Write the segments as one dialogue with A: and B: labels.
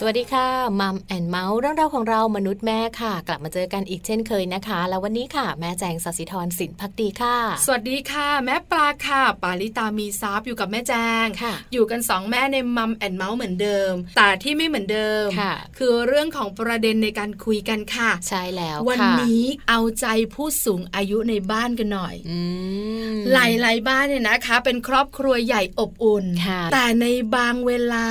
A: สวัสดีค่ะมัมแอนเมาส์เรื่องราวของเรามนุษย์แม่ค่ะ กลับมาเจอกันอีกเช่นเคยนะคะ แล้ววันนี้ค่ะ แม่แจงสศิธรสินพักดีค่ะ
B: สวัสดีค่ะ แม่ปลาค่ะ ปาลิตามีซับอยู่กับแม่แจง
A: ค่ะ
B: อยู่กันสองแม่ในมัมแอนเมาส์เหมือนเดิม แต่ที่ไม่เหมือนเดิม
A: ค่ะ
B: อเรื่องของประเด็นในการคุยกันค่ะ
A: ใช่แล้ว
B: วัน
A: ค่ะ
B: นี้เอาใจผู้สูงอายุในบ้านกันหน่อย
A: อืม
B: หลายๆบ้านเนี่ยนะคะ เป็นครอบครัวใหญ่อบอุ่น
A: ค่ะ
B: แต่ในบางเวลา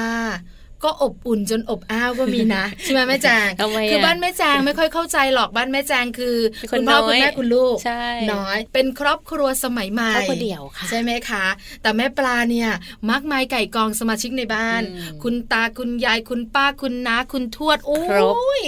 B: ก็อบอุ่นจนอบอ้าวก็มี นะ ใช่ไหมแม่แจง
A: ทำไมะ
B: คือบ้านแม่แจงไม่ค่อยเข้าใจหรอกบ้านแม่แจงคือ
A: เป็นคน
B: คุณพ่อ
A: น้อย
B: คุณแม่คุณลูก
A: ใช่
B: น้อยเป็นครอบครัวสมัยใหม่
A: เขาคนเดียวค่ะ
B: ใช่ไหมคะ แต่แม่ปลาเนี่ยมากมายไก่กองสมาชิกในบ้าน
A: อืม
B: คุณตาคุณยายคุณป้าคุณน้าคุณทวดโอ้
A: ครบ
B: ย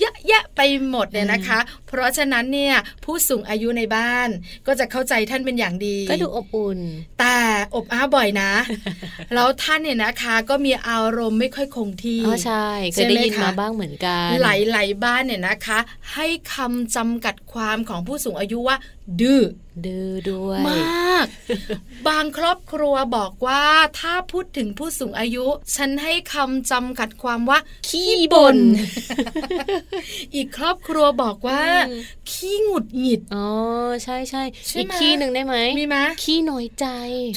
B: เยอะแยะไปหมดเนี่ยนะคะ เพราะฉะนั้นเนี่ยผู้สูงอายุในบ้านก็จะเข้าใจท่านเป็นอย่างดี
A: ก็ดูอบอุ่น
B: แต่อบอ้าวบ่อยนะ แล้วท่านเนี่ยนะคะก็มีอารมณ์ไม่ค่อยคงที่
A: อ๋อใช่ เคยได้ยิน
B: ใช่ไหม
A: มา
B: คะ
A: บ้างเหมือนกัน
B: หลายหลายๆบ้านเนี่ยนะคะ ให้คำจำกัดความของผู้สูงอายุว่า ดื้อ
A: ดื้อด้วย
B: มาก บางครอบครัวบอกว่าถ้าพูดถึงผู้สูงอายุ ฉันให้คำจำกัดความว่า
A: ขี้บ่น
B: อีกครอบครัวบอกว่า
A: อืม
B: ขี้หงุดหงิด
A: อ๋อใช่ใช่
B: ใช่
A: อีก
B: ไหม
A: ขี้หนึ่งได้ไหม
B: มีไหม
A: ขี้น้อยใจ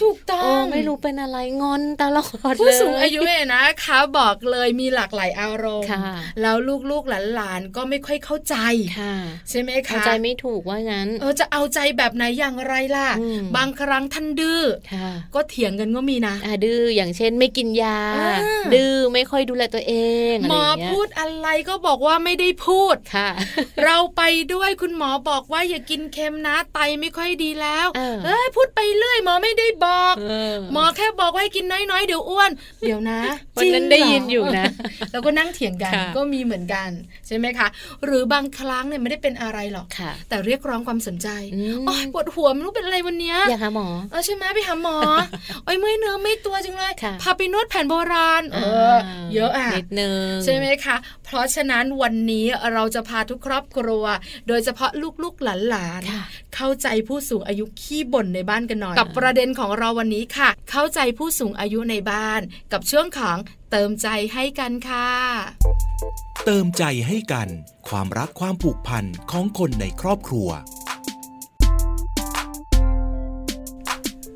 B: ถูกต้อ
A: โอ้
B: ง
A: ไม่รู้เป็นอะไรงอนตลอด
B: ผู้
A: เลย
B: สูงอายุเนี่ยนะคะบอกเลยมีหลากหลายอารมณ์
A: ค่ะ
B: แล้วลูกๆหลานๆก็ไม่ค่อยเข้าใจ
A: ค่ะ
B: ใช่ไหม
A: เข้า
B: คะ
A: ใจไม่ถูกว่างั้น
B: เออจะเอาใจแบบไหนอย่างไรล่ะ
A: อืม
B: บางครั้งท่านดื้อ
A: ค่ะ
B: ก็เถียงกันก็มีนะ
A: อ่าดื้ออย่างเช่นไม่กินยา
B: อ่า
A: ดื้อไม่ค่อยดูแลตัวเอง
B: หมอ
A: อะไรอย่างเงี้ย
B: พูดอะไรก็บอกว่าไม่ได้พูด
A: ค่ะ
B: เราไปด้วยคุณหมอบอกว่าอย่ากินเค็มนะไตไม่ค่อยดีแล้ว
A: เออ
B: ยพูดไปเรื่อยหมอไม่ได้บอก
A: เอ
B: หมอแค่บอกว่าให้กินน้อยๆเดี๋ยวอ้วน เดี๋ยวนะ
A: วันนั้น
B: จริง
A: ได้ยิน
B: เหร
A: อยู่นะ
B: แล้วก็นั่งเถียงกัน
A: ค่ะ
B: ก็มีเหมือนกันใช่ไหมคะ หรือบางครั้งเนี่ยไม่ได้เป็นอะไรหรอก
A: ค่ะ
B: แต่เรียกร้องความสนใจ
A: อืม
B: โอ๊ยปวดหัวไม่รู้เป็นอะไรวันเนี้ย
A: อยากหาหมอ
B: เออใช่ไหมไปหา หมอ โอ้ยเมื่อยเนื้อไม่อยตัวจังเลย
A: ค่ะ
B: พาไปนวดแผนโบราณ เออ
A: า
B: เยอะอ่ะ
A: นิดนึง
B: ใช่ไหมคะ เพราะฉะนั้นวันนี้เราจะพาทุกครอบครัว โดยเฉพาะลูกๆหลาน
A: ค่ะ
B: ๆ เข้าใจผู้สูงอายุขี้บ่นในบ้านกันหน่อย กับประเด็นของเราวันนี้ค่ะ เข้าใจผู้สูงอายุในบ้าน กับช่วงของเติมใจให้กันค่ะ
C: เติมใจให้กัน ความรักความผูกพันของคนในครอบครัว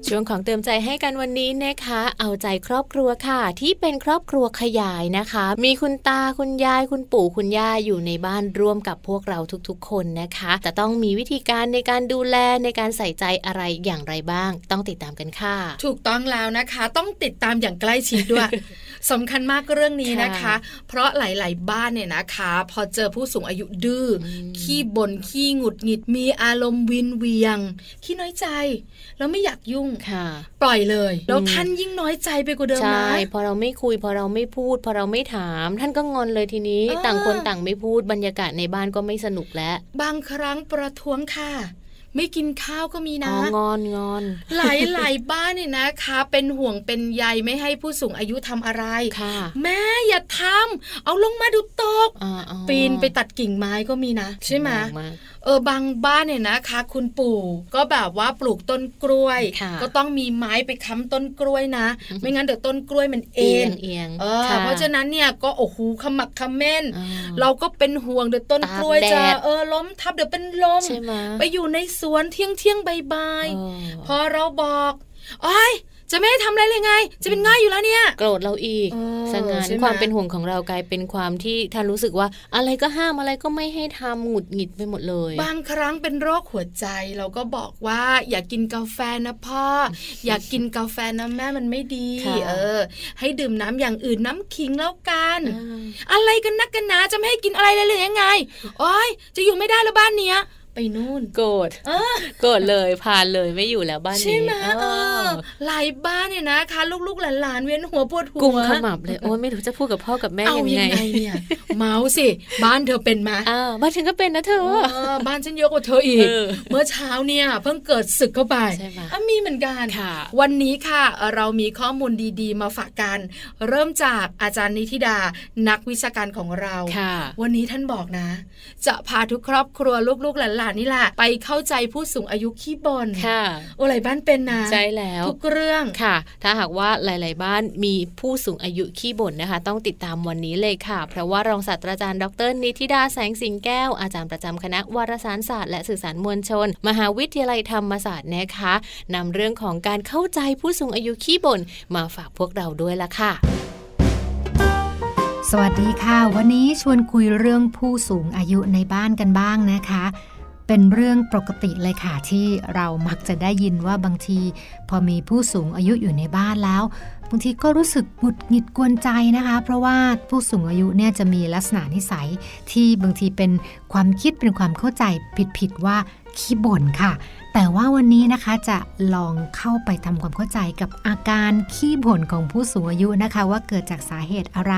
A: ช่วงของเติมใจให้กันวันนี้นะคะ เอาใจครอบครัวค่ะ ที่เป็นครอบครัวขยายนะคะ มีคุณตาคุณยายคุณปู่คุณย่าอยู่ในบ้านร่วมกับพวกเราทุกๆ คนนะคะแต่ต้องมีวิธีการในการดูแลในการใส่ใจอะไรอย่างไรบ้าง ต้องติดตามกันค่ะ
B: ถูกต้องแล้วนะคะ ต้องติดตามอย่างใกล้ชิด ด้วยสำคัญมากเรื่องนี้นะคะ
A: ค่ะ
B: เพราะหลาย ๆ บ้านเนี่ยนะคะ พอเจอผู้สูงอายุดื้ออ
A: ม
B: ขี้บ่นขี้หงุดหงิดมีอารมณ์วินเวียงขี้น้อยใจ แล้วไม่อยากยุ่ง
A: ค่ะ
B: ปล่อยเลยแล้ว
A: อืม
B: ท่านยิ่งน้อยใจไปกว่าเดิมนะ
A: ใช่ พอเราไม่คุย พอเราไม่พูด พอเราไม่ถาม ท่านก็งอนเลยทีนี้
B: อ่า
A: ต่างคนต่างไม่พูดบรรยากาศในบ้านก็ไม่สนุกแล้ว
B: บางครั้งประท้วงค่ะ ไม่กินข้าวก็มี
A: อ๋
B: นะ
A: องอนงอน
B: หลายหลายๆบ้านเนี่ยนะคะ เป็นห่วงเป็นใยไม่ให้ผู้สูงอายุทำอะไร
A: ค่ะ
B: แม่อย่าทำเอาลงมาดูตก
A: อ่าอ่า
B: ปีนไปตัดกิ่งไม้ก็มีนะ ใช่ไหม
A: แรงาก
B: เออบางบ้านเนี่ยนะคะ คุณปู่ก็แบบว่าปลูกต้นกล้วย
A: ค่ะ
B: ก็ต้องมีไม้ไปค้ำต้นกล้วยนะ ไม่งั้นเดี๋ยวต้นกล้วยมันเอ็
A: เอีย
B: น
A: งเอียง
B: เออ
A: ค่
B: เพราะฉะนั้นเนี่ยก็โอ้โหขมักเขม้น
A: อ่
B: เราก็เป็นห่วงเดี๋ยวต้น
A: ตาก
B: กล้วยจะ
A: แดด
B: เออล้มทับเดี๋ยวเป็นลม
A: ใช่ไหม
B: ไปอยู่ในสวนเที่ยงเที่ยงๆบาย
A: เออ
B: ๆพอเราบอกโอ้ยจะไม่ให้ทำอะไรเลยไง จะเป็นง่ายอยู่แล้วเนี่ย
A: โกรธเราอีก
B: เออ
A: สงาน
B: ใช่ไหม
A: ความเป็นห่วงของเรากลายเป็นความที่ท่านรู้สึกว่า อะไรก็ห้ามอะไรก็ไม่ให้ทำหงุดหงิดไปหมดเลย
B: บางครั้งเป็นโรคหัวใจ เราก็บอกว่า อย่ากินกาแฟนะพ่อ อย่ากินกาแฟนะแม่มันไม่ดี
A: ค่ะ
B: เออ ให้ดื่มน้ำอย่างอื่นน้ำขิงแล้วกัน
A: อ่า
B: อะไรกันนักกันหนะจะไม่ให้กินอะไรเลยหรือยังไงโอ้ยจะอยู่ไม่ได้แล้วบ้านเนี้ยไปนู่น
A: โกรธ
B: เออ
A: โกรธเลยผ่านเลยไม่อยู่แล้วบ้านนี้
B: ใช่ไหม
A: เอ
B: เอ
A: อ
B: อหลายบ้านเนี่ยนะคะ ลูกๆหลานๆเวียนหัวปวดหัว
A: กุมขมับเลย โอ้ยไม่รู้จะพูดกับพ่อกับแม่
B: เอา
A: ยัง
B: ยัง
A: ไง
B: ไงเนี่ย เมาส์สิบ้านเธอเป็นไหมา
A: อ้าวบ้านฉันก็เป็นนะเธอ
B: เออบ้านฉันเยอะกว่าเธออีก
A: เออ
B: เมื่อเช้าเนี่ยเพิ่งเกิดศึกเข้าไป
A: ใช่ไหม
B: อ่ะมีเหมือนกัน
A: ค่ะ
B: วันนี้ค่ะ เรามีข้อมูลดีๆ มาฝากกัน เริ่มจากอาจารย์นิธิดานักวิชาการของเรา
A: ค่ะ
B: วันนี้ท่านบอกนะ จะพาทุกครอบครัวลูกๆหล าสตร์นี่แหละไปเข้าใจผู้สูงอายุขี้บ่น
A: ค่ะ
B: โอ้หลายบ้านเป็นนะ
A: ใช่แล้ว
B: ทุกเรื่อง
A: ค่ะ ถ้าหากว่าหลาย ๆ บ้านมีผู้สูงอายุขี้บ่นนะคะ ต้องติดตามวันนี้เลยค่ะ เพราะว่ารองศาสตราจารย์ดรนิติดาแสงสิงแก้ว อาจารย์ประจำคณะวารสารศาสตร์และสื่อสารมวลชน มหาวิทยาลัยธรรมศาสตร์นะคะนำเรื่องของการเข้าใจผู้สูงอายุขี้บ่นมาฝากพวกเราด้วยละค่ะ
D: สวัสดีค่ะ วันนี้ชวนคุยเรื่องผู้สูงอายุในบ้านกันบ้างนะคะ เป็นเรื่องปกติเลยค่ะที่เรามักจะได้ยินว่าบางที พอมีผู้สูงอายุอยู่ในบ้านแล้ว บางทีก็รู้สึกหงุดหงิดกวนใจนะคะ เพราะว่าผู้สูงอายุเนี่ยจะมีลักษณะนิสัย ที่บางทีเป็นความคิดเป็นความเข้าใจผิดๆว่าขี้บ่นค่ะ แต่ว่าวันนี้นะคะจะลองเข้าไปทำความเข้าใจกับอาการขี้บ่นของผู้สูงอายุนะคะ ว่าเกิดจากสาเหตุอะไร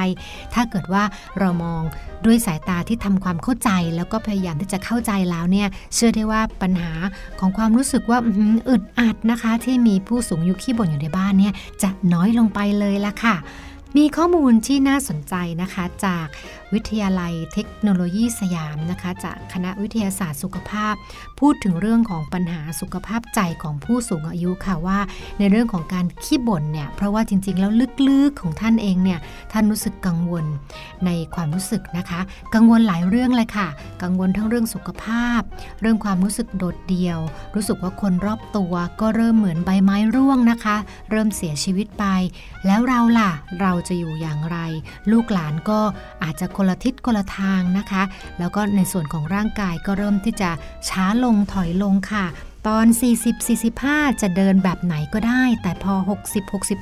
D: ถ้าเกิดว่าเรามองด้วยสายตาที่ทำความเข้าใจ แล้วก็พยายามที่จะเข้าใจแล้วเนี่ยเชื่อได้ว่าปัญหาของความรู้สึกว่าอื้อหืออึดอัดนะคะ ที่มีผู้สูงอายุขี้บ่นอยู่ในบ้านเนี่ยจะน้อยลงไปเลยละค่ะ มีข้อมูลที่น่าสนใจนะคะจากวิทยาลัยเทคโนโลยีสยามนะคะ จากคณะวิทยาศาสตร์สุขภาพ พูดถึงเรื่องของปัญหาสุขภาพใจของผู้สูงอายุค่ะว่า ในเรื่องของการขี้บ่นเนี่ยเพราะว่าจริงๆ แล้วลึกๆของท่านเองเนี่ยท่านรู้สึกกังวลในความรู้สึกนะคะ กังวลหลายเรื่องเลยค่ะ กังวลทั้งเรื่องสุขภาพ เรื่องความรู้สึกโดดเดี่ยว รู้สึกว่าคนรอบตัวก็เริ่มเหมือนใบไม้ร่วงนะคะ เริ่มเสียชีวิตไป แล้วเราล่ะ เราจะอยู่อย่างไร ลูกหลานก็อาจจะคนละทิศคนละทางนะคะ แล้วก็ในส่วนของร่างกายก็เริ่มที่จะช้าลงถอยลงค่ะ ตอน 40-45 จะเดินแบบไหนก็ได้ แต่พอ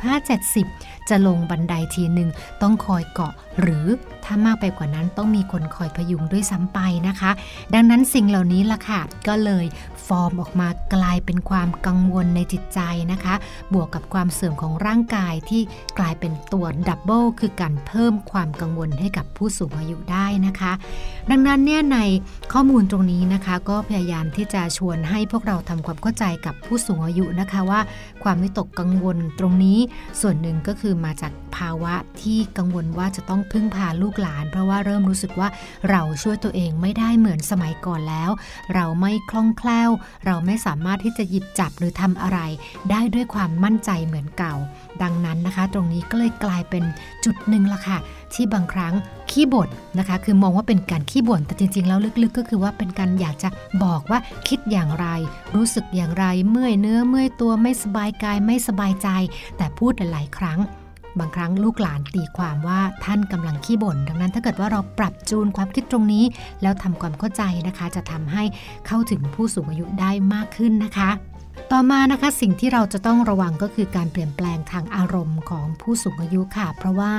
D: 60-65-70 จะลงบันไดทีหนึ่งต้องคอยเกาะ หรือถ้ามากไปกว่านั้นต้องมีคนคอยพยุงด้วยซ้ำไปนะคะ ดังนั้นสิ่งเหล่านี้ล่ะค่ะ ก็เลยฟอร์มออกมากลายเป็นความกังวลในจิตใจนะคะ บวกกับความเสื่อมของร่างกายที่กลายเป็นตัวดับเบิลคือการเพิ่มความกังวลให้กับผู้สูงอายุได้นะคะ ดังนั้นเนี่ยในข้อมูลตรงนี้นะคะ ก็พยายามที่จะชวนให้พวกเราทำความเข้าใจกับผู้สูงอายุนะคะว่า ความวิตกกังวลตรงนี้ ส่วนหนึ่งก็คือมาจากภาวะที่กังวลว่าจะต้องพึ่งพาลูกหลาน เพราะว่าเริ่มรู้สึกว่าเราช่วยตัวเองไม่ได้เหมือนสมัยก่อนแล้ว เราไม่คล่องแคล่ว เราไม่สามารถที่จะหยิบจับหรือทำอะไร ได้ด้วยความมั่นใจเหมือนเก่า ดังนั้นนะคะ ตรงนี้ก็เลยกลายเป็นจุดหนึ่งละค่ะ ที่บางครั้งขี้บ่นนะคะ คือมองว่าเป็นการขี้บ่นแต่จริงๆ แล้วลึกๆ ก็คือว่าเป็นการอยากจะบอกว่าคิดอย่างไร รู้สึกอย่างไรเมื่อยเนื้อเมื่อยตัวไม่สบายกายไม่สบายใจ แต่พูดหลายๆ ครั้ง บางครั้งลูกหลานตีความว่าท่านกำลังขี้บ่นดังนั้นถ้าเกิดว่าเราปรับจูนความคิดตรงนี้ แล้วทำความเข้าใจนะคะ จะทำให้เข้าถึงผู้สูงอายุได้มากขึ้นนะคะ ต่อมานะคะสิ่งที่เราจะต้องระวังก็คือการเปลี่ยนแปลงทางอารมณ์ของผู้สูงอายุค่ะ เพราะว่า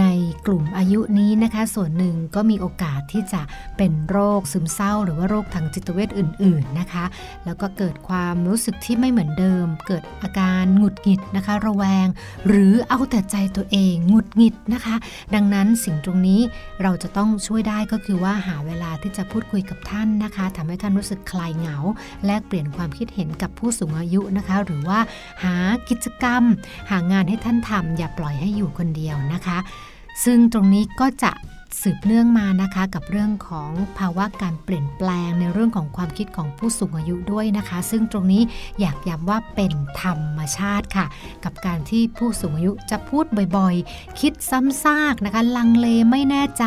D: ในกลุ่มอายุนี้นะคะ ส่วนหนึ่งก็มีโอกาสที่จะเป็นโรคซึมเศร้า หรือว่าโรคทางจิตเวชอื่น ๆนะคะ แล้วก็เกิดความรู้สึกที่ไม่เหมือนเดิม เกิดอาการหงุดหงิดนะคะ ระแวง หรือเอาแต่ใจตัวเองหงุดหงิดนะคะ ดังนั้นสิ่งตรงนี้เราจะต้องช่วยได้ก็คือว่าหาเวลาที่จะพูดคุยกับท่านนะคะทำให้ท่านรู้สึกคลายเหงา แลกเปลี่ยนความคิดเห็นกับผู้สูงอายุนะคะ หรือว่าหากิจกรรม หางานให้ท่านทำอย่าปล่อยให้อยู่คนเดียวนะคะ ซึ่งตรงนี้ก็จะสืบเนื่องมานะคะกับเรื่องของภาวะการเปลี่ยนแปลงในเรื่องของความคิดของผู้สูงอายุด้วยนะคะ ซึ่งตรงนี้อยากย้ำว่าเป็นธรรมชาติค่ะ กับการที่ผู้สูงอายุจะพูดบ่อยๆ คิดซ้ำซากนะคะ ลังเลไม่แน่ใจ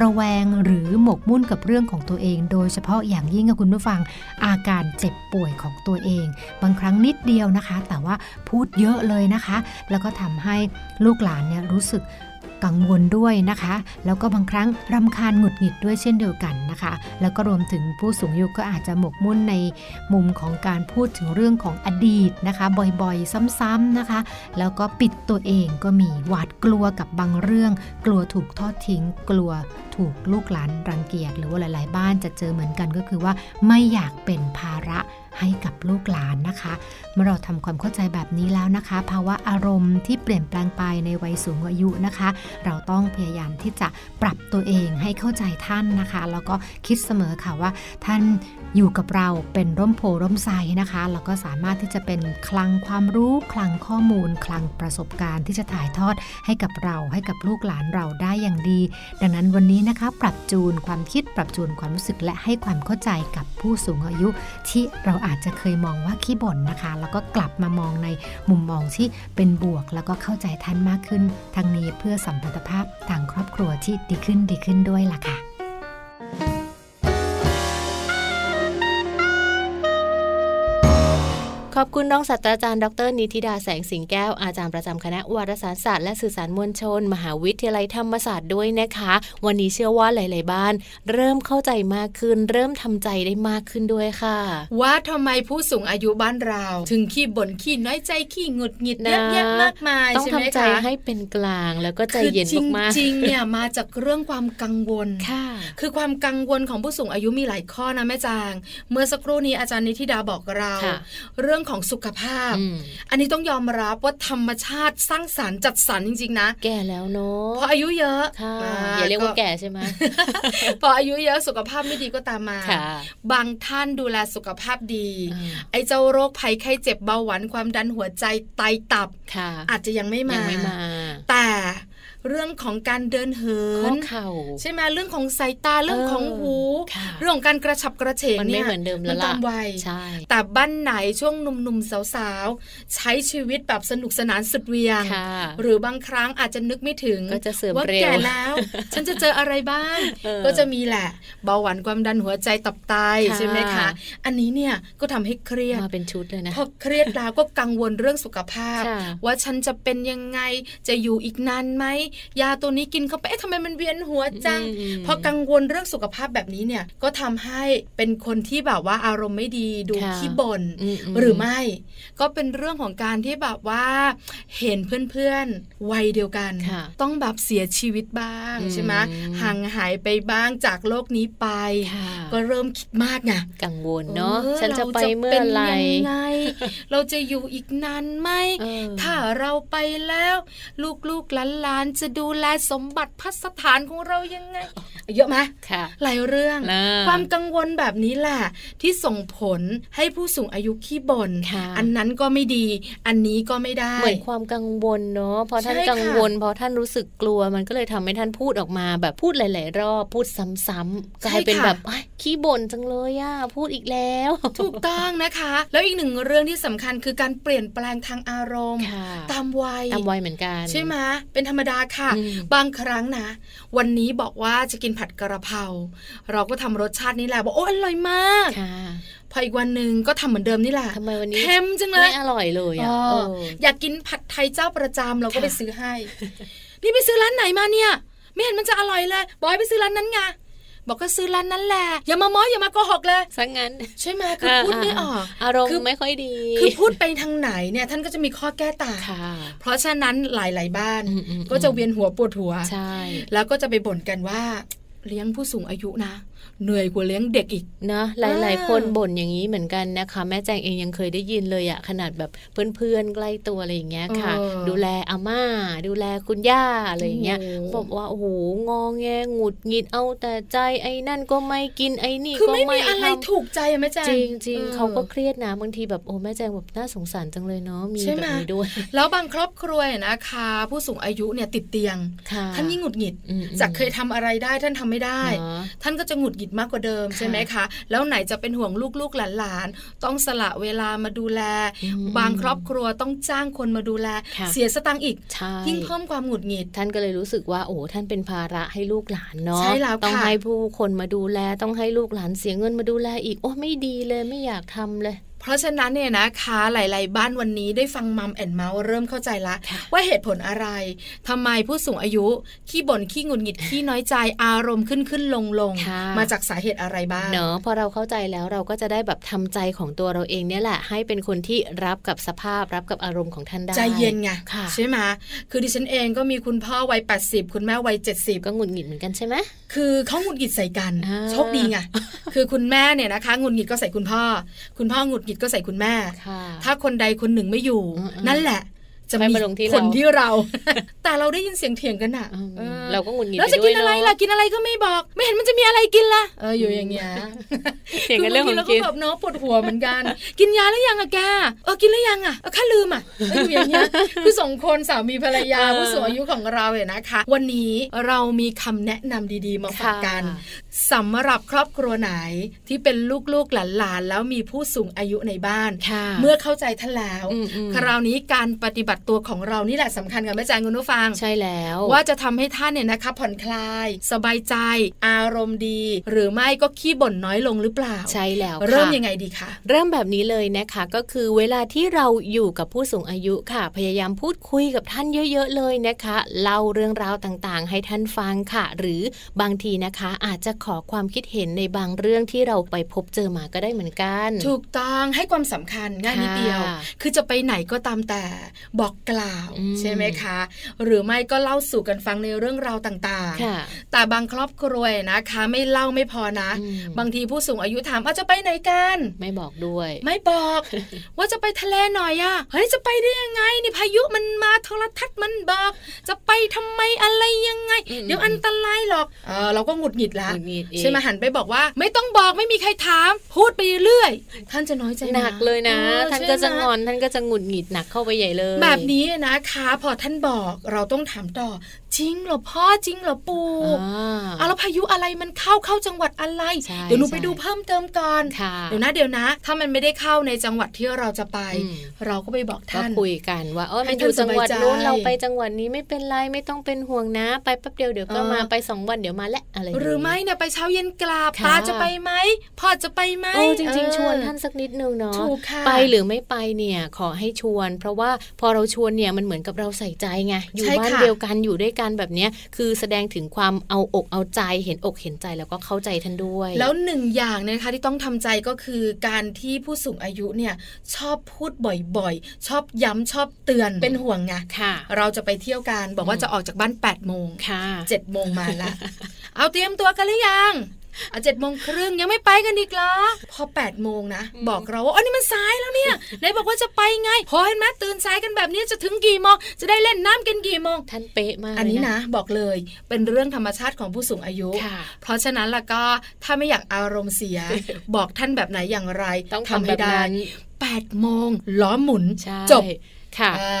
D: ระแวงหรือหมกมุ่นกับเรื่องของตัวเอง โดยเฉพาะอย่างยิ่งค่ะคุณผู้ฟังอาการเจ็บป่วยของตัวเอง บางครั้งนิดเดียวนะคะ แต่ว่าพูดเยอะเลยนะคะ แล้วก็ทำให้ลูกหลานเนี่ยรู้สึกกังวลด้วยนะคะ แล้วก็บางครั้งรำคาญหงุดหงิดด้วยเช่นเดียวกันนะคะ แล้วก็รวมถึงผู้สูงอายุก็อาจจะหมกมุ่นในมุมของการพูดถึงเรื่องของอดีตนะคะ บ่อยๆ ซ้ำๆนะคะ แล้วก็ปิดตัวเองก็มีหวาดกลัวกับบางเรื่อง กลัวถูกทอดทิ้ง กลัวถูกลูกหลานรังเกียจหรือว่าหลาย ๆ บ้านจะเจอเหมือนกันก็คือว่าไม่อยากเป็นภาระ ให้กับลูกหลานนะคะ เมื่อเราทำความเข้าใจแบบนี้แล้วนะคะ ภาวะอารมณ์ที่เปลี่ยนแปลงไปในวัยสูงอายุนะคะ เราต้องพยายามที่จะปรับตัวเองให้เข้าใจท่านนะคะ แล้วก็คิดเสมอค่ะว่า ท่านอยู่กับเราเป็นร่มโพร่มไทรนะคะแล้วก็สามารถที่จะเป็นคลังความรู้คลังข้อมูล คลังประสบการณ์ที่จะถ่ายทอดให้กับเราให้กับลูกหลานเราได้อย่างดี ดังนั้นวันนี้นะคะ ปรับจูนความคิดปรับจูนความรู้สึกและให้ความเข้าใจกับผู้สูงอายุ ที่เราอาจจะเคยมองว่าขี้บ่นนะคะ แล้วก็กลับมามองในมุมมองที่เป็นบวก แล้วก็เข้าใจท่านมากขึ้นทางนี้เพื่อสัมพันธภาพทางครอบครัวที่ดีขึ้นดีขึ้นด้วยล่ะค่ะ
A: ขอบคุณรองศาสตราจารย์ดรนิติดาแสงสิงแก้ว อาจารย์ประจำคณะวารสารศาสตร์และสื่อสารมวลชน มหาวิทยาลัยธรรมศาสตร์ด้วยนะคะ วันนี้เชื่อว่าหลาย ๆ บ้าน เริ่มเข้าใจมากขึ้น เริ่มทำใจได้มากขึ้นด้วยค่ะ
B: ว่าทำไมผู้สูงอายุบ้านเรา ถึงขี้บ่นขี้น้อยใจขี้หงุดหงิด
A: นะ
B: เยอะแยะมากมาย
A: ต้อง
B: ช่
A: ทำ
B: ไหม
A: ใจ
B: คะ
A: ให้เป็นกลางแล้วก็ใจ
B: คือ
A: เย็นมาก
B: จริงๆเนี่ยมาจากเรื่องความกังวล
A: ๆค่ะ
B: คือความกังวลของผู้สูงอายุมีหลายข้อนะแม่จาง เมื่อสักครู่นี้อาจารย์นิธิดาบอกเรา
A: ค่ะ
B: เรื่องของสุขภาพ
A: อืม
B: อันนี้ต้องยอมรับว่าธรรมชาติสร้างสารรค์จัดสรรจริง ๆ นะ
A: แก่แล้วเนาะ
B: พออายุเยอะ
A: ค่ะอย่าเรียกว่าแก่ใช่ไหม
B: พออา ยุเยอะสุขภาพไม่ดีก็ตามมา
A: ค่ะ
B: บางท่านดูแลสุขภาพดี
A: อ่า
B: ไอ้เจ้าโรคภัยไข้เจ็บเบาหวานความดันหัวใจไตตับ
A: ค่ะ
B: อาจจะยังไม่
A: ยังไม่มา
B: แต่เรื่องของการเดินเหิ
A: ข้อน เข่า
B: ใช่ไหมเรื่องของสายตาเรื่องของหู
A: ค่ะ
B: เรื่องของการกระฉับกระเฉง
A: มัน
B: เนี่
A: ไม่
B: ย
A: เหมือนเดิมแล้
B: น
A: ว
B: ตา
A: ล่ะ
B: มวัย
A: ใช่
B: แต่บ้านไหนช่วงหนุ่มๆสาวๆ ใช้ชีวิตแบบสนุกสนานสุดเหวียง
A: ค่ะ
B: หรือบางครั้งอาจจะนึกไม่ถึง
A: ก็จะเสื่อม
B: ว่า
A: เร็ว
B: แก่แล้ว ฉันจะเจออะไรบ้าง
A: เออ
B: ก็จะมีแหละ เบาหวานความดันหัวใจตับไต
A: ค่ะ
B: ใช่ไหมคะ อันนี้เนี่ยก็ทำให้เครียด
A: มาเป็นชุดเลยนะ
B: พอเครียดแล้วก็กังวลเรื่องสุขภาพ
A: ค่ะ
B: ว่าฉันจะเป็นยังไงจะอยู่อีกนานไหมยาตัวนี้กินเข้าไปเอ๊ะทำไมมันเวียนหัวจัง
A: ม
B: พอกังวลเรื่องสุขภาพแบบนี้เนี่ยก็ทำให้เป็นคนที่แบบว่าอารมณ์ไม่ดีดู
A: ค่ะ
B: ขี้บ่น
A: อืมม
B: หรือไม่ ก็เป็นเรื่องของการที่แบบว่า เห็นเพื่อนๆวัยเดียวกัน
A: ค่ะ
B: ต้องแบบเสียชีวิตบ้าง
A: อืม
B: ใช่ไหมห่างหายไปบ้างจากโลกนี้ไป
A: ค่ะ
B: ก็เริ่มคิดมากไง
A: กังวลเนาะ
B: ออ
A: ฉันจะไปเมื่อไหร่
B: เราจะเป็นยังไง เราจะอยู่อีกนานไหม
A: เออ
B: ถ้าเราไปแล้ว ลูกๆหลานๆจะดูแลสมบัติพัสถานของเรายังไง เยอะไหม
A: ค่ะ
B: หลายเรื่อง
A: นะ
B: ความกังวลแบบนี้แหละที่ส่งผลให้ผู้สูงอายุขี้บ่น
A: ค่ะ
B: อันนั้นก็ไม่ดี อันนี้ก็ไม่ได้
A: เหมือน ความกังวลเนาะพอท่าน
B: ใช่ค่ะ
A: กังวลพอท่านรู้สึกกลัว มันก็เลยทำให้ท่านพูดออกมา แบบพูดหลาย ๆ รอบพูดซ้ำๆกลายเป็นแบบอ้ายขี้บ่นจังเลยอ่ะพูดอีกแล้ว
B: ถูกต้องนะคะ แล้วอีกหนึ่งเรื่องที่สำคัญคือการเปลี่ยนแปลงทางอารมณ์
A: ค่ะ
B: ตามวัย
A: ตามวัยเหมือนกัน
B: ใช่ไหมเป็นธรรมดาค่ะ
A: อืม
B: บางครั้งนะ วันนี้บอกว่าจะกินผัดกระเพราเราก็ทำรสชาตินี้แหละบอกโอ้อร่อยมาก
A: ค่ะ
B: พออีกวันหนึ่งก็ทำเหมือนเดิมนี่แหละ
A: ทำไมวันนี้
B: เค็มจังเลย
A: ไม่อร่อยเลยอ่ะ
B: อ๋อ
A: เออ
B: อยากกินผัดไทยเจ้าประจำเราก็
A: ค่ะ
B: ไปซื้อให้ นี่ไปซื้อร้านไหนมาเนี่ย ไม่เห็นมันจะอร่อยเลยบอยไปซื้อร้านนั้นไงบอกก็ซื้อร้านนั้นแหละอย่ามาม้ออย่ามาโกหกเลย
A: สังงั้น
B: ใช่ไหมคือพูดไม่ออก
A: อารม
B: คือ
A: ณ์ไม่ค่อยดี
B: คือพูดไปทางไหนเนี่ยท่านก็จะมีข้อแก้ต่าง
A: ค่ะ
B: เพราะฉะนั้นหลาย ๆ บ้าน
A: อืมอืม
B: ก็จะเวียนหัวปวดหัว
A: ใช่
B: แล้วก็จะไปบ่นกันว่า เลี้ยงผู้สูงอายุนะ เหนื่อยกว่าเลี้ยงเด็กอีก
A: นะหลาย ๆ คนบ่นอย่างนี้เหมือนกันนะคะ แม่แจงเองยังเคยได้ยินเลยอะขนาดแบบเพื่อนๆใกล้ตัวอะไรอย่างเงี้ยค่ะ
B: เออ
A: ดูแลอาม่า ดูแลคุณย่าอะไรอย่างเงี้ย
B: โอ้โห
A: บอกว่าโอ้โหงองแงหงุดหงิดเอาแต่ใจไอ้นั่นก็ไม่กินไอ้นี่
B: คือ
A: ก็
B: ไม่
A: ไม่
B: มีอะไร
A: ทำ
B: ถูกใจอะแม่แจง
A: จริงจริง
B: ออ
A: เขาก็เครียดนะบางทีแบบโอ้แม่แจงแบบน่าสงสารจังเลยเนาะมี
B: ใช่
A: แบ
B: ไหม
A: บนี้ด้วย
B: แล้วบางครอบครัวเนี่ยนะคะ ผู้สูงอายุเนี่ยติดเตียง
A: ค่ะ
B: ท่านยิ่งหงุดหงิด
A: อืมอืม
B: จากเคยทำอะไรได้ท่านทำไม่ได้
A: เนอะ
B: ท่านก็จะหงุดหงิดมากกว่าเดิม
A: ค่ะ
B: ใช่ไหมคะ แล้วไหนจะเป็นห่วงลูกๆหลานๆ ต้องสละเวลามาดูแล
A: อืม
B: บางครอบครัวต้องจ้างคนมาดูแล
A: ค่ะ
B: เสียสตังค์อีก
A: ใช่
B: ยิ่งเพิ่มความหงุดหงิด
A: ท่านก็เลยรู้สึกว่าโอ้ท่านเป็นภาระให้ลูกหลานเนาะ
B: ใช่แล้ว
A: ต้อง
B: ค่ะ
A: ให้ผู้คนมาดูแลต้องให้ลูกหลานเสียเงินมาดูแลอีกโอ้ไม่ดีเลยไม่อยากทำเลย
B: เพราะฉะนั้นเนี่ยนะคะหลาย ๆ บ้านวันนี้ได้ฟังมัมแอนเมาส์เริ่มเข้าใจละ
A: ค่ะ
B: ว่าเหตุผลอะไรทำไมผู้สูงอายุขี้บ่นขี้หงุดหงิด ขี้น้อยใจอารมณ์ขึ้นขึ้นลงลง
A: ค่ะ
B: มาจากสาเหตุอะไรบ้าง
A: เนาะพอเราเข้าใจแล้วเราก็จะได้แบบทำใจของตัวเราเองเนี่ยแหละ ให้เป็นคนที่รับกับสภาพรับกับอารมณ์ของท่านได้
B: ใจเย็นไง
A: ค่ะ
B: ใช่ไหมคือดิฉันเองก็มีคุณพ่อวัย 80 คุณแม่วัย 70
A: ก็หงุดหงิดเหมือนกันใช่ไหม
B: คือเขาหงุดหงิดใส่กัน
A: อ่า
B: โชค ดีไง คือคุณแม่เนี่ยนะคะหงุดหงิดก็ใส่คุณพ่อ คุณพ่อหงุดหงิดก็ใส่คุณแม่
A: ค่ะ
B: ถ้าคนใดคนหนึ่งไม่อยู่
A: อืมๆ
B: นั่นแหละ จะ
A: ค่อย
B: มี
A: มาลงที่เรา
B: คนที่ เรา แต่เราได้ยินเสียงเถียงกันอ่ะ
A: อืม
B: เออ
A: เราก็หงุดหงิด
B: แล้ว
A: ไป
B: จะ
A: ด้ว
B: กิ
A: ย
B: นอะไร
A: เนาะ
B: ล่ะกินอะไรก็ไม่บอก ไม่เห็นมันจะมีอะไรกินล่ะเอออยู่อย่างเงี้ย
A: เถียงกันเรื่องของกิน
B: คืบาทีเราก็แบบเนาะปวดหัวเหมือนกัน กินยาแล้วยังอะแกเออกินแล้วยังอะเออข้าลืมอะเอออยู่อย่างเงี้ย คือสองคนสามีภรรยา
A: เออ
B: ผู้สูงอายุของเราเนี่ยนะคะ วันนี้เรามีคำแนะนำดีๆมาฝากกัน
A: ค่ะ
B: สำหรับครอบครัวไหนที่เป็นลูกๆหลานๆแล้วมีผู้สูงอายุในบ้าน
A: ค่ะ
B: เมื่อเข้าใจท่านแล้ว
A: มอืม
B: คราวนี้การปฏิบัติตัวของเรานี่แหละสำคัญกับแม่แจงคุณผู้ฟัง
A: ใช่แล้ว
B: ว่าจะทำให้ท่านเนี่ยนะคะ ผ่อนคลาย สบายใจ อารมณ์ดี หรือไม่ก็ขี้บ่นน้อยลงหรือเปล่า
A: ใช่แล้วค่ะ
B: เริ่มยังไงดีคะ
A: เริ่มแบบนี้เลยนะคะก็คือเวลาที่เราอยู่กับผู้สูงอายุค่ะ พยายามพูดคุยกับท่านเยอะ ๆ เลยนะคะเล่าเรื่องราวต่างๆ ให้ท่านฟังค่ะ หรือบางทีนะคะ อาจจะขอความคิดเห็นในบางเรื่องที่เราไปพบเจอมาก็ได้เหมือนกัน
B: ถูกต้องให้ความสำคัญง่ายนิดเดียว
A: ค่ะ
B: คือจะไปไหนก็ตามแต่บอกกล่าว
A: อืม
B: ใช่ไหมคะ หรือไม่ก็เล่าสู่กันฟังในเรื่องราวต่าง
A: ค่ะ
B: ๆ แต่บางครอบครัวนะคะ ไม่เล่าไม่พอนะ
A: อืม
B: บางทีผู้สูงอายุถามอาจะไปไหนกัน
A: ไม่บอกด้วย
B: ไม่บอก ว่าจะไปทะเลหน่อยอะเฮ้ยจะไปได้ยังไงนี่พายุมันมาโทรทัศน์มันบอก จะไปทำไมอะไรยังไง
A: อืม
B: เดี๋ยวอันตรายหรอกเออเราก็หงุดหงิดละ
A: หงุดหงิดอีก
B: ใช่ไหมหันไปบอกว่า ไม่ต้องบอกไม่มีใครถาม พูดไปเรื่อย ท่านจะน้อยใจ
A: หนักเลยนะ
B: ออ
A: ท่านก็จะ
B: ใช่ไหม
A: งอนท่านก็จะหงุดหงิดหนักเข้าไปใหญ่เลย
B: แบบนี้นะคะพอท่านบอกเราต้องถามต่อ จริงเหรอพ่อจริงเหรอปู่เอาแล้วพายุอะไรมันเข้าเข้าจังหวัดอะไร
A: ใช่
B: เดี๋ยวหนูไป
A: ใช่
B: ดูเพิ่มเติมก่อน
A: ค่ะ
B: เดี๋ยวนะเดี๋ยวนะ ถ้ามันไม่ได้เข้าในจังหวัดที่เราจะไป
A: อืม
B: เราก็ไปบอก
A: ก็
B: ท่าน
A: คุยกันว่าเออ
B: ให้
A: มันอยู่
B: ท่านส
A: จังหวัด
B: บายใจ
A: นู้นเราไปจังหวัดนี้ไม่เป็นไรไม่ต้องเป็นห่วงนะ ไปแป๊บเดียวเดี๋ยวก็
B: เออ
A: มาไปสองวันเดี๋ยวมาและอะไรย่าง
B: ห
A: นี้
B: รือไม่เนี่ยไปเช้าเย็นกลับ
A: ค่ะ
B: ตาจะไปไหมพ่อจะไปไหม
A: เออจริง
B: เออ
A: ๆ ชวนท่านสักนิดนึงเนาะ
B: ถูกค่ะ
A: ไปหรือไม่ไปเนี่ยขอให้ชวน เพราะว่าพอเราชวนเนี่ยมันเหมือนกับเราใส่ใจไงอยู่
B: ใช่
A: บ้าน
B: ค่ะ
A: เดียวกันอยู่ด้วยกันแบบเนี้ยคือแสดงถึงความเอาอกเอาใจเห็นอกเห็นใจแล้วก็เข้าใจท่านด้วย
B: แล้วหนึ่งอย่างนะคะที่ต้องทำใจก็คือการที่ผู้สูงอายุเนี่ยชอบพูดบ่อยๆ ชอบย้ำชอบเตือนเป็นห่วงไง
A: ค่ะ
B: เราจะไปเที่ยวกันบอกว่าจะออกจากบ้าน8ปดโมง
A: ค่ะ
B: เจ็ดโมงมา ละ เอาเตรียมตัวกันหรือยังเอาเจ็ดโมงครึ่งยังไม่ไปกันอีกเหรอพอ8ปดโมงนะบอกเราว่าอ๋อนี่มันสายแล้วเนี่ยไหนบอกว่าจะไปไงพอเห็นไหมตื่นสายกันแบบนี้จะถึงกี่โมงจะได้เล่นน้ำกันกี่โมง
A: ท่านเป๊ะมาก
B: อันนี้
A: เลย
B: นะบอกเลยเป็นเรื่องธรรมชาติของผู้สูงอายุ
A: ค่ะ
B: เพราะฉะนั้นล่ะก็ถ้าไม่อยากอารมณ์เสี ย บอกท่านแบบไหนอย่างไร
A: ต้อง
B: ำ
A: ทำแบ
B: ให้
A: บ
B: ได้
A: นั้น
B: 8โมงล้อหมุน
A: ใช่
B: จบ
A: ค่ะ
B: อ่า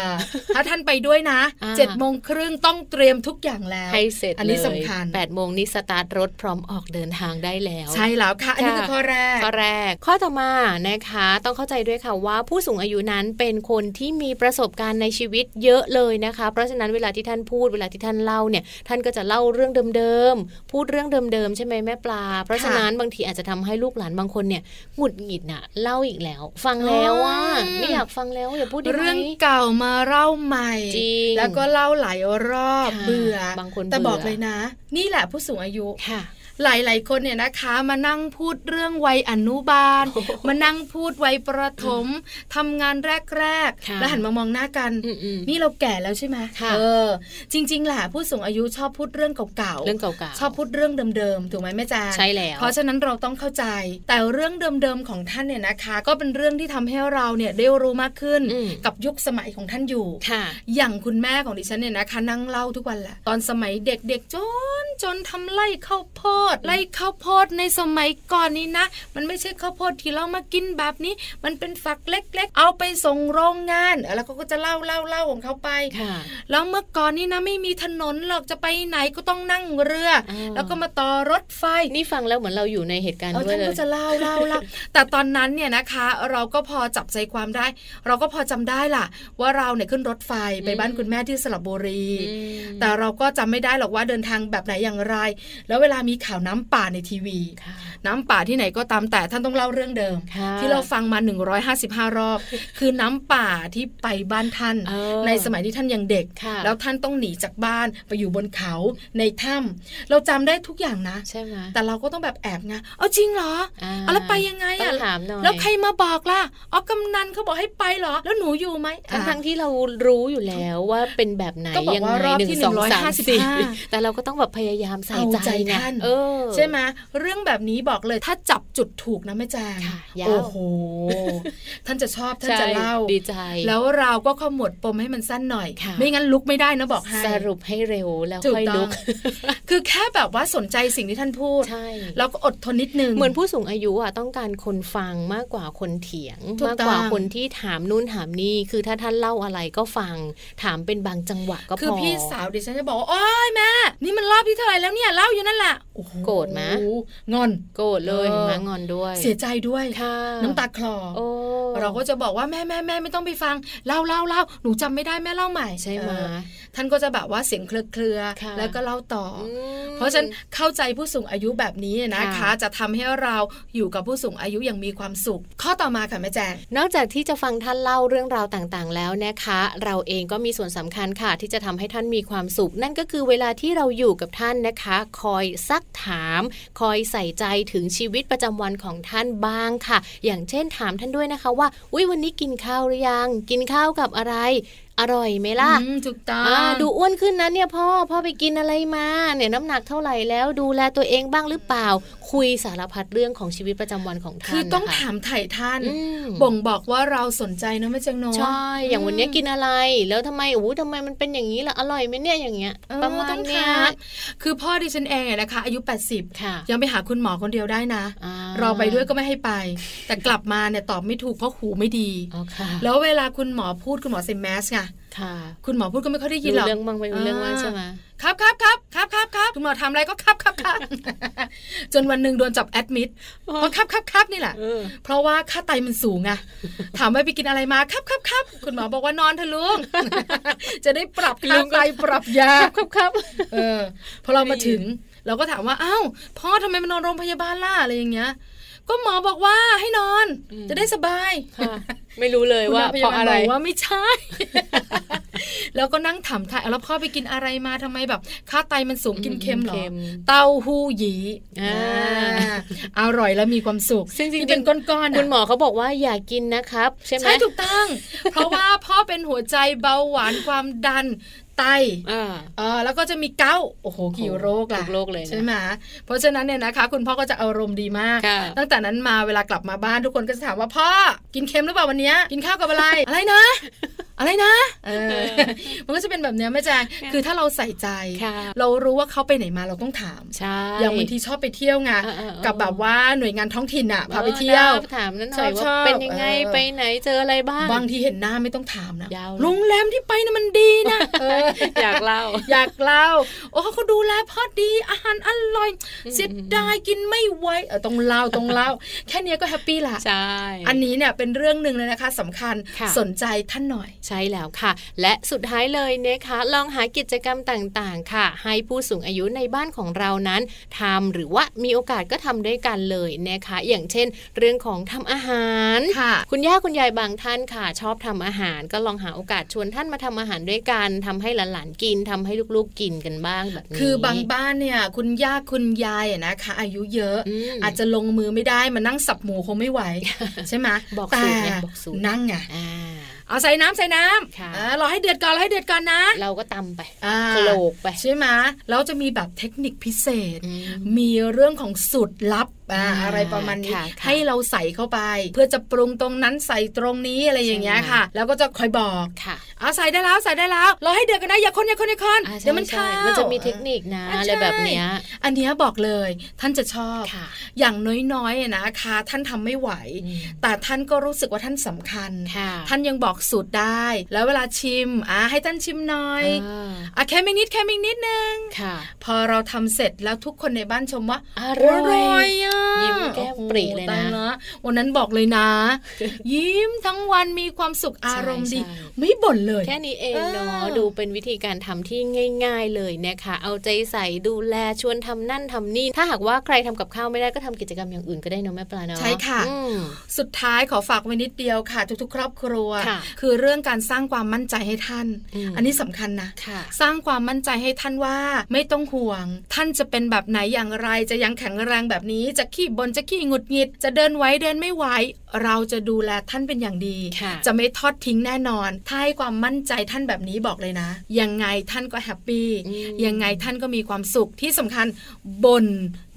B: ถ้าท่านไปด้วยนะ
A: อ่า
B: 7จ็ดโมงครึ่งต้องเตรียมทุกอย่างแล้ว
A: ให้เสร็จ
B: อันนี้
A: เลย
B: สำคัญ
A: แปดโมงนี้สตาร์ทรถพร้อมออกเดินทางได้แล้ว
B: ใช่แล้วค่ะ อันนี้
A: ค่ะ
B: คือข้อแรก
A: ข้อแรก ข้อต่อมานะคะ ต้องเข้าใจด้วยค่ะว่าผู้สูงอายุนั้นเป็นคนที่มีประสบการณ์ในชีวิตเยอะเลยนะคะ เพราะฉะนั้นเวลาที่ท่านพูดเวลาที่ท่านเล่าเนี่ยท่านก็จะเล่าเรื่องเดิมๆพูดเรื่องเดิมๆใช่ไหมแม่ปลา เพราะฉะนั้นบางทีอาจจะทำให้ลูกหลานบางคนเนี่ยหงุดหงิดน่ะเล่าอีกแล้ว ฟังแล้วว่า
B: อืม
A: ไม่อยากฟังแล้วอย่าพูดได้ไหม
B: เรื่องเก่ามาเล่าใหม่
A: จริง
B: แล้วก็เล่าหลายรอบ
A: ค่ะ
B: เบื่อบ
A: างคน
B: แต่
A: เบื่อ
B: บอกเลยนะ นี่แหละผู้สูงอายุ
A: ค่ะ
B: หลาย ๆ คนเนี่ยนะคะมานั่งพูดเรื่องวัยอนุ บาล
A: โอ้โห
B: มานั่งพูดวัยประถมทำงานแรก
A: ค่ะ
B: ๆ แล้วหันมามองหน้ากัน
A: อืมๆ
B: นี่เราแก่แล้วใช่ไหม
A: ค่ะ
B: เออ จริง ๆ ล่ะผู้สูงอายุชอบพูดเรื่องเก่า
A: เรื่องเก่าๆ
B: ชอบพูดเรื่องเดิม ๆ ถูกไหมแม่จาง
A: ใช่แล้ว
B: เพราะฉะนั้นเราต้องเข้าใจ แต่เรื่องเดิม ๆ ของท่านเนี่ยนะคะ ก็เป็นเรื่องที่ทำให้เราเนี่ยได้รู้มากขึ้น
A: อืม
B: กับยุคสมัยของท่านอยู่
A: ค่ะ
B: อย่างคุณแม่ของดิฉันเนี่ยนะคะนั่งเล่าทุกวันแหละ ตอนสมัยเด็กๆจนจนทำไร่ข้าวโพดไร่ข้าวโพดในสมัยก่อนนี้นะ มันไม่ใช่ข้าวโพดที่เรามากินแบบนี้ มันเป็นฝักเล็กๆ เอาไปส่งโรงงานเออแล้วเขาก็จะเล่าเล่าเล่าของเขาไป
A: ค่ะ
B: แล้วเมื่อก่อนนี้นะไม่มีถนนหรอกจะไปไหนก็ต้องนั่งเรือ
A: อ่า
B: แล้วก็มาต่อรถไฟ
A: นี่ฟังแล้วเหมือนเราอยู่ในเหตุการณ์
B: เออ
A: ด้วย
B: ท่าน
A: เลย
B: ก็จะเล่าเล่าเล่า แต่ตอนนั้นเนี่ยนะคะ เราก็พอจับใจความได้ เราก็พอจำได้ล่ะ ว่าเราเนี่ยขึ้นรถไฟไป
A: อืม
B: บ้านคุณแม่ที่สระบุรี
A: อืม
B: แต่เราก็จำไม่ได้หรอกว่าเดินทางแบบไหนอย่างไร แล้วเวลามีข ข่าวน้ำป่าในทีวี
A: ค่ะ
B: น้ำป่าที่ไหนก็ตามแต่ท่านต้องเล่าเรื่องเดิม
A: ค่ะ
B: ที่เราฟังมา 155 รอบ คือน้ำป่าที่ไปบ้านท่าน
A: เออ
B: ในสมัยที่ท่านยังเด็ก
A: ค่ะ
B: แล้วท่านต้องหนีจากบ้านไปอยู่บนเขาในถ้ำเราจำได้ทุกอย่างนะ
A: ใช่ไหม
B: แต่เราก็ต้องแบบแอบไงเอาจริงเหรอ
A: อ่า
B: เอาแล้วไปยังไง
A: ต้
B: อะ
A: องถามหน่อย
B: แล้วใครมาบอกล่ะอ๋อกำนันเขาบอกให้ไปเหรอ แล้วหนูอยู่ไหมอ่ะ
A: ทั้งทั้งที่เรารู้อยู่แล้วว่าเป็นแบบไหน
B: ก็บอก
A: ยัง
B: ว่า
A: ไง
B: รอบ
A: หนึ่ง
B: ที่
A: สองสามสี่
B: 155
A: แต่เราก็ต้องแบบพยายามใส่
B: เอา
A: ใจ
B: ใจ
A: นะ
B: ท่าน
A: เออ
B: ใช่ไหมเรื่องแบบนี้บอกเลยถ้าจับจุดถูกนะแม่แจง
A: ค่ะยาว
B: โอ้โห ท่านจะชอบท่านจะเล่า
A: ใช่ดีใจ
B: แล้วเราก็ขมวดปมให้มันสั้นหน่อย
A: ค่ะ
B: ไม่งั้นลุกไม่ได้นะบอกให้
A: สรุปให้เร็วแล้ว
B: ถูก
A: ค่อย
B: ต้
A: ลุ
B: อง
A: ก
B: คือแค่แบบว่าสนใจสิ่งที่ท่านพูด
A: ใช่
B: เราก็อดทนนิดนึง
A: เหมือนผู้สูงอายุอ่ะต้องการคนฟังมากกว่าคนเถียง
B: ถูก
A: มากกว่า
B: ต้อง
A: คนที่ถามนู่นถามนี่ คือถ้าท่านเล่าอะไรก็ฟัง ถามเป็นบางจังหวะก็พอ
B: คือพี่สาวดิฉันจะบอกว่าโอ้ยแม่นี่มันรอบที่เท่าไหร่แล้วเนี่ยเล่าอยู่นั่นแหละโอ้โห
A: โกรธไหม
B: งอน
A: โกรธเลย
B: เออ
A: เห็นไหมางอนด้วย
B: เสียใจด้วย
A: ค่ะ
B: น้ำตาคลอ
A: โอ้
B: เราก็จะบอกว่าแม่แม่แม่ไม่ต้องไปฟังเล่าเล่าเล่าหนูจำไม่ได้แม่เล่าใหม่
A: ใช่ไหม
B: เออท่านก็จะแบบว่าเสียงเครือเครือๆ
A: ค่ะ
B: แล้วก็เล่าต่ออ
A: ม
B: เพราะฉะนั้นเข้าใจผู้สูงอายุแบบนี้นะคะ
A: ค่ะ
B: จะทำให้เราอยู่กับผู้สูงอายุอย่างมีความสุข ข้อต่อมาค่ะแม่แจง
A: นอกจากที่จะฟังท่านเล่าเรื่องราวต่างๆ แล้วนะคะ เราเองก็มีส่วนสำคัญค่ะ ที่จะทำให้ท่านมีความสุข นั่นก็คือเวลาที่เราอยู่กับท่านนะคะ คอยซักถาม คอยใส่ใจถึงชีวิตประจำวันของท่านบ้างค่ะ อย่างเช่นถามท่านด้วยนะคะว่าอุยวันนี้กินข้าวหรือยัง กินข้าวกับอะไร อร่อยไหมล่ะ
B: อืมถูกต้อง
A: อ่าดูอ้วนขึ้นนะเนี่ยพ่อพ่อไปกินอะไรมาเนี่ยน้ำหนักเท่าไหร่แล้วดูแลตัวเองบ้างหรือเปล่า คุยสารพัดเรื่องของชีวิตประจำวันของท่าน
B: คือต้อง
A: นะคะ
B: ถามไถ่ท่าน
A: อืม
B: บ่งบอกว่าเราสนใจนะแม่แจงเนอะ
A: ใช่ อย่างวันเนี้ยกินอะไร แล้วทำไมอู้ทำไมมันเป็นอย่างนี้ล่ะ อร่อยไหมเนี่ย อย่างเงี้ย
B: เออ
A: ประมาณเนี้ย
B: ต้องถามคือพ่อดิฉันเองอะนะคะ อายุ 80
A: ค่ะ
B: ยังไปหาคุณหมอคนเดียวได้นะ
A: อ่
B: เราไปด้วยก็ไม่ให้ไป แต่กลับมาเนี่ยตอบไม่ถูกเพราะหูไม่ดี
A: อ๋อค่ะ
B: แล้วเวลาคุณหมอพูดคุณหมอใส่แมสไง
A: ค่ะ
B: คุณหมอพูดก็ไม่ค่อยได้ยิน
A: รู้
B: หรอก
A: เรื่องบ้างไม่รู้เรื่องบ้าง
B: อ่า
A: ใช่ไหม
B: ครับครับครับครับครับครับคุณหมอทำอะไรก็ครับครับ ครับ จนวันหนึ่งโดนจับแอดมิด
A: อ๋อ
B: เพราะครับครับครับนี่แหละ
A: เออ
B: เพราะว่าค่าไตมันสูงไง ถามว่าไปกินอะไรมาครับครับครับคุณหมอบอกว่านอนเถอะลุง จะได้ปรับ
A: ลุ
B: ค่าง
A: ก็
B: ไตปรับยา
A: ครับครับครับ
B: เออพอเรามาถึง เราก็ถามว่าอ้าวพ่อทำไมมานอนโรงพยาบาลล่ะอะไรอย่างเงี้ย ก็หมอบอกว่าให้นอน
A: อืม
B: จะได้สบาย
A: ค่ะ ไม่รู้เลยว่า
B: คุณ
A: เพราะ
B: พยบล
A: อะไร
B: บอกว่าไม่ใช่ แล้วก็นั่งถามทายเอาแล้วพ่อไปกินอะไรมาทำไมแบบ ค่าไตมันสูงกินเค็มเหรอ
A: เค็ม
B: เต้าหู้หยี
A: อ่า
B: อร่อยแล้วมีความสุข
A: ซึ่งจริงๆ
B: ที่เป็นก้อนๆะ
A: คุณหมอเขาบอกว่าอย่ากินนะครับ ใช่ไหม
B: ใช่ถูกต้อง เพราะว่าพ่อเป็นหัวใจเบาหวานความดันไต
A: อ่า
B: เออแล้วก็จะมีเกาต์โอ้โหกี่โรคล่ะ
A: ทุกโรคเลยนะ
B: ใช่ไหมเพราะฉะนั้นเนี่ยนะคะ คุณพ่อก็จะอารมณ์ดีมาก
A: ค่ะ
B: ตั้งแต่นั้นมาเวลากลับมาบ้านทุกคนก็จะถามว่าพ่อกินเค็มหรือเปล่าวันเนี้ยกินข้าวกับ อะไร อะไรนะ อะไรนะเออมันก็จะเป็นแบบเนี้ยแม่แจงคือถ้าเราใส่ใจ
A: ค่ะ
B: เรารู้ว่าเขาไปไหนมาเราต้องถาม
A: ใช่
B: อย่างบางทีชอบไปเที่ยวไง
A: เออเออเออ
B: กับแบบว่าหน่วยงานท้องถิ่นอ่ะพาไปเที่ยว
A: ออนะถามนั่นหน่อย
B: ชอ
A: ว่า
B: บๆ
A: เป็นยังไง
B: เออ
A: ไปไหนเจออะไรบ้าง
B: บางทีเห็นหน้าไม่ต้องถามนะ
A: ยาวเลย
B: โรงแรมที่ไปนะมันดีนะเออ
A: อยากเล่า
B: อยากเล่า โอ้เขาดูแลพอดีอาหารอร่อย
A: อืม
B: เสียดายกินไม่ไหวเออต้องเล่าต้องเล่า แค่เนี้ยก็แฮปปี้ละ
A: ใช่
B: อันนี้เนี่ยเป็นเรื่องหนึ่งเลยนะคะสำคัญ
A: ค่ะ
B: สนใจท่านหน่อย
A: ใช่แล้วค่ะ และสุดท้ายเลยนะคะ ลองหากิจกรรมต่างๆ ค่ะ ให้ผู้สูงอายุในบ้านของเรานั้นทำหรือว่ามีโอกาสก็ทำด้วยกันเลยนะคะ อย่างเช่น เรื่องของทำอาหาร
B: ค่ะ
A: คุณย่าคุณยายบางท่านค่ะ ชอบทำอาหาร ก็ลองหาโอกาสชวนท่านมาทำอาหารด้วยกันทำให้หลานๆกินทำให้ลูกๆกินกันบ้างแบบนี้
B: คือบางบ้านเนี่ย คุณย่าคุณยายอะนะคะ อายุเยอะ
A: อืม
B: อาจจะลงมือไม่ได้มานั่งสับหมูคงไม่ ไหว ใช่ไหม
A: บอก
B: แต่
A: สูตรไงบอกสูตร
B: นั่งไง
A: อ่า
B: เอาใส่น้ำใส่น้
A: ค่ะ
B: ำเออรอให้เดือดก่อนรอให้เดือดก่อนนะ
A: เราก็ตำไป
B: อ่า
A: โขลกไป
B: ใช่ไหมแล้วจะมีแบบเทคนิคพิเศษ
A: อืม
B: มีเรื่องของสูตรลับอ่า
A: อ่า
B: อะไรประมาณนี้
A: ค่ะค่ะ
B: ให้เราใส่เข้าไป เพื่อจะปรุงตรงนั้นใส่ตรงนี้อะไรอย่างเงี้ย
A: ใช่ไหม
B: ค่ะ แล้วก็จะคอยบอก
A: ค่ะ
B: เอาใส่ได้แล้วใส่ได้แล้วรอให้เดือดกันนะอย่าคนอย่าคนอย่าคน
A: อ่าใช่
B: เดี๋ยวมัน
A: ใช่
B: คาว
A: มันจะมีเทคนิคนะ
B: อ่า
A: อะ
B: ใช่
A: ไรแบบเนี้ย
B: อันเนี้ยบอกเลยท่านจะชอบ
A: ค่ะ
B: อย่างน้อยๆอะนะคะท่านทำไม่ไหว
A: อืม
B: แต่ท่านก็รู้สึกว่าท่านสำคัญ
A: ค่ะ
B: ท่านยังบอกสูตรได้ แล้วเวลาชิมอ่ะให้ท่านชิมหน่อย
A: อ่า
B: อ่ะแค่ไม่นิดแค่ไม่นิดนึง
A: ค่ะ
B: พอเราทำเสร็จแล้วทุกคนในบ้านชมว่า
A: อร่อย
B: อะ อ่ะ
A: ยิ้มแก้มปริเลยนะ
B: โอ้โหตาวันนั้นบอกเลยนะ ยิ้มทั้งวันมีความสุขอารมณ์ดี
A: ใช่
B: ไม่บ่นเลย
A: แค่นี้เองเนาะ
B: เออ
A: ดูเป็นวิธีการทำที่ง่าย ๆ เลยนะคะ เอาใจใส่ดูแลชวนทำนั่นทำนี่ ถ้าหากว่าใครทำกับข้าวไม่ได้ก็ทำกิจกรรมอย่างอื่นก็ได้เนาะแม่ปลาเนาะ
B: ใช่ค่ะ
A: อืม
B: สุดท้ายขอฝากไว้นิดเดียวค่ะ ทุกๆ ครอบครัว
A: ค่ะ
B: คือเรื่องการสร้างความมั่นใจให้ท่าน
A: อืม
B: อันนี้สำคัญนะ
A: ค่ะ
B: สร้างความมั่นใจให้ท่านว่าไม่ต้องห่วง ท่านจะเป็นแบบไหนอย่างไร จะยังแข็งแรงแบบนี้จะขี้บนจะขี้หงุดหงิด จะเดินไหว้เดินไม่ไหวเราจะดูแลท่านเป็นอย่างดี
A: ค่ะ
B: จะไม่ทอดทิ้งแน่นอน ถ้าให้ความมั่นใจท่านแบบนี้บอกเลยนะ ยังไงท่านก็แฮปปี้
A: อืม
B: ยังไงท่านก็มีความสุขที่สำคัญบน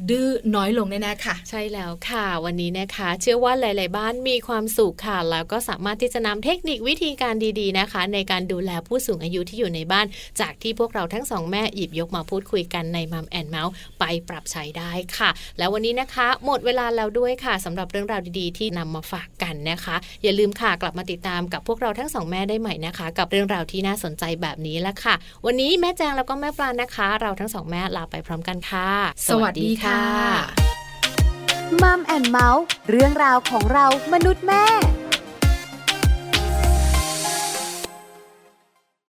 B: ดื้อน้อยลงแน่ๆค่ะ
A: ใช่แล้วค่ะ วันนี้นะคะ เชื่อว่าหลาย ๆ บ้านมีความสุขค่ะ แล้วก็สามารถที่จะนำเทคนิควิธีการดีๆนะคะ ในการดูแลผู้สูงอายุที่อยู่ในบ้าน จากที่พวกเราทั้งสองแม่หยิบยกมาพูดคุยกันในมัมแอนเมาส์ไปปรับใช้ได้ค่ะ แล้ววันนี้นะคะ หมดเวลาแล้วด้วยค่ะสำหรับเรื่องราวดีๆ ที่นำมาฝากกันนะคะ อย่าลืมค่ะกลับมาติดตามกับพวกเราทั้งสองแม่ได้ใหม่นะคะ กับเรื่องราวที่น่าสนใจแบบนี้ละค่ะ วันนี้แม่แจงแล้วก็แม่ปลานะคะ เราทั้งสองแม่ลาไปพร้อมกันค่ะ
B: สวัสดีค่ะ
E: มัมแอนเมาส์เรื่องราวของเรามนุษย์แม่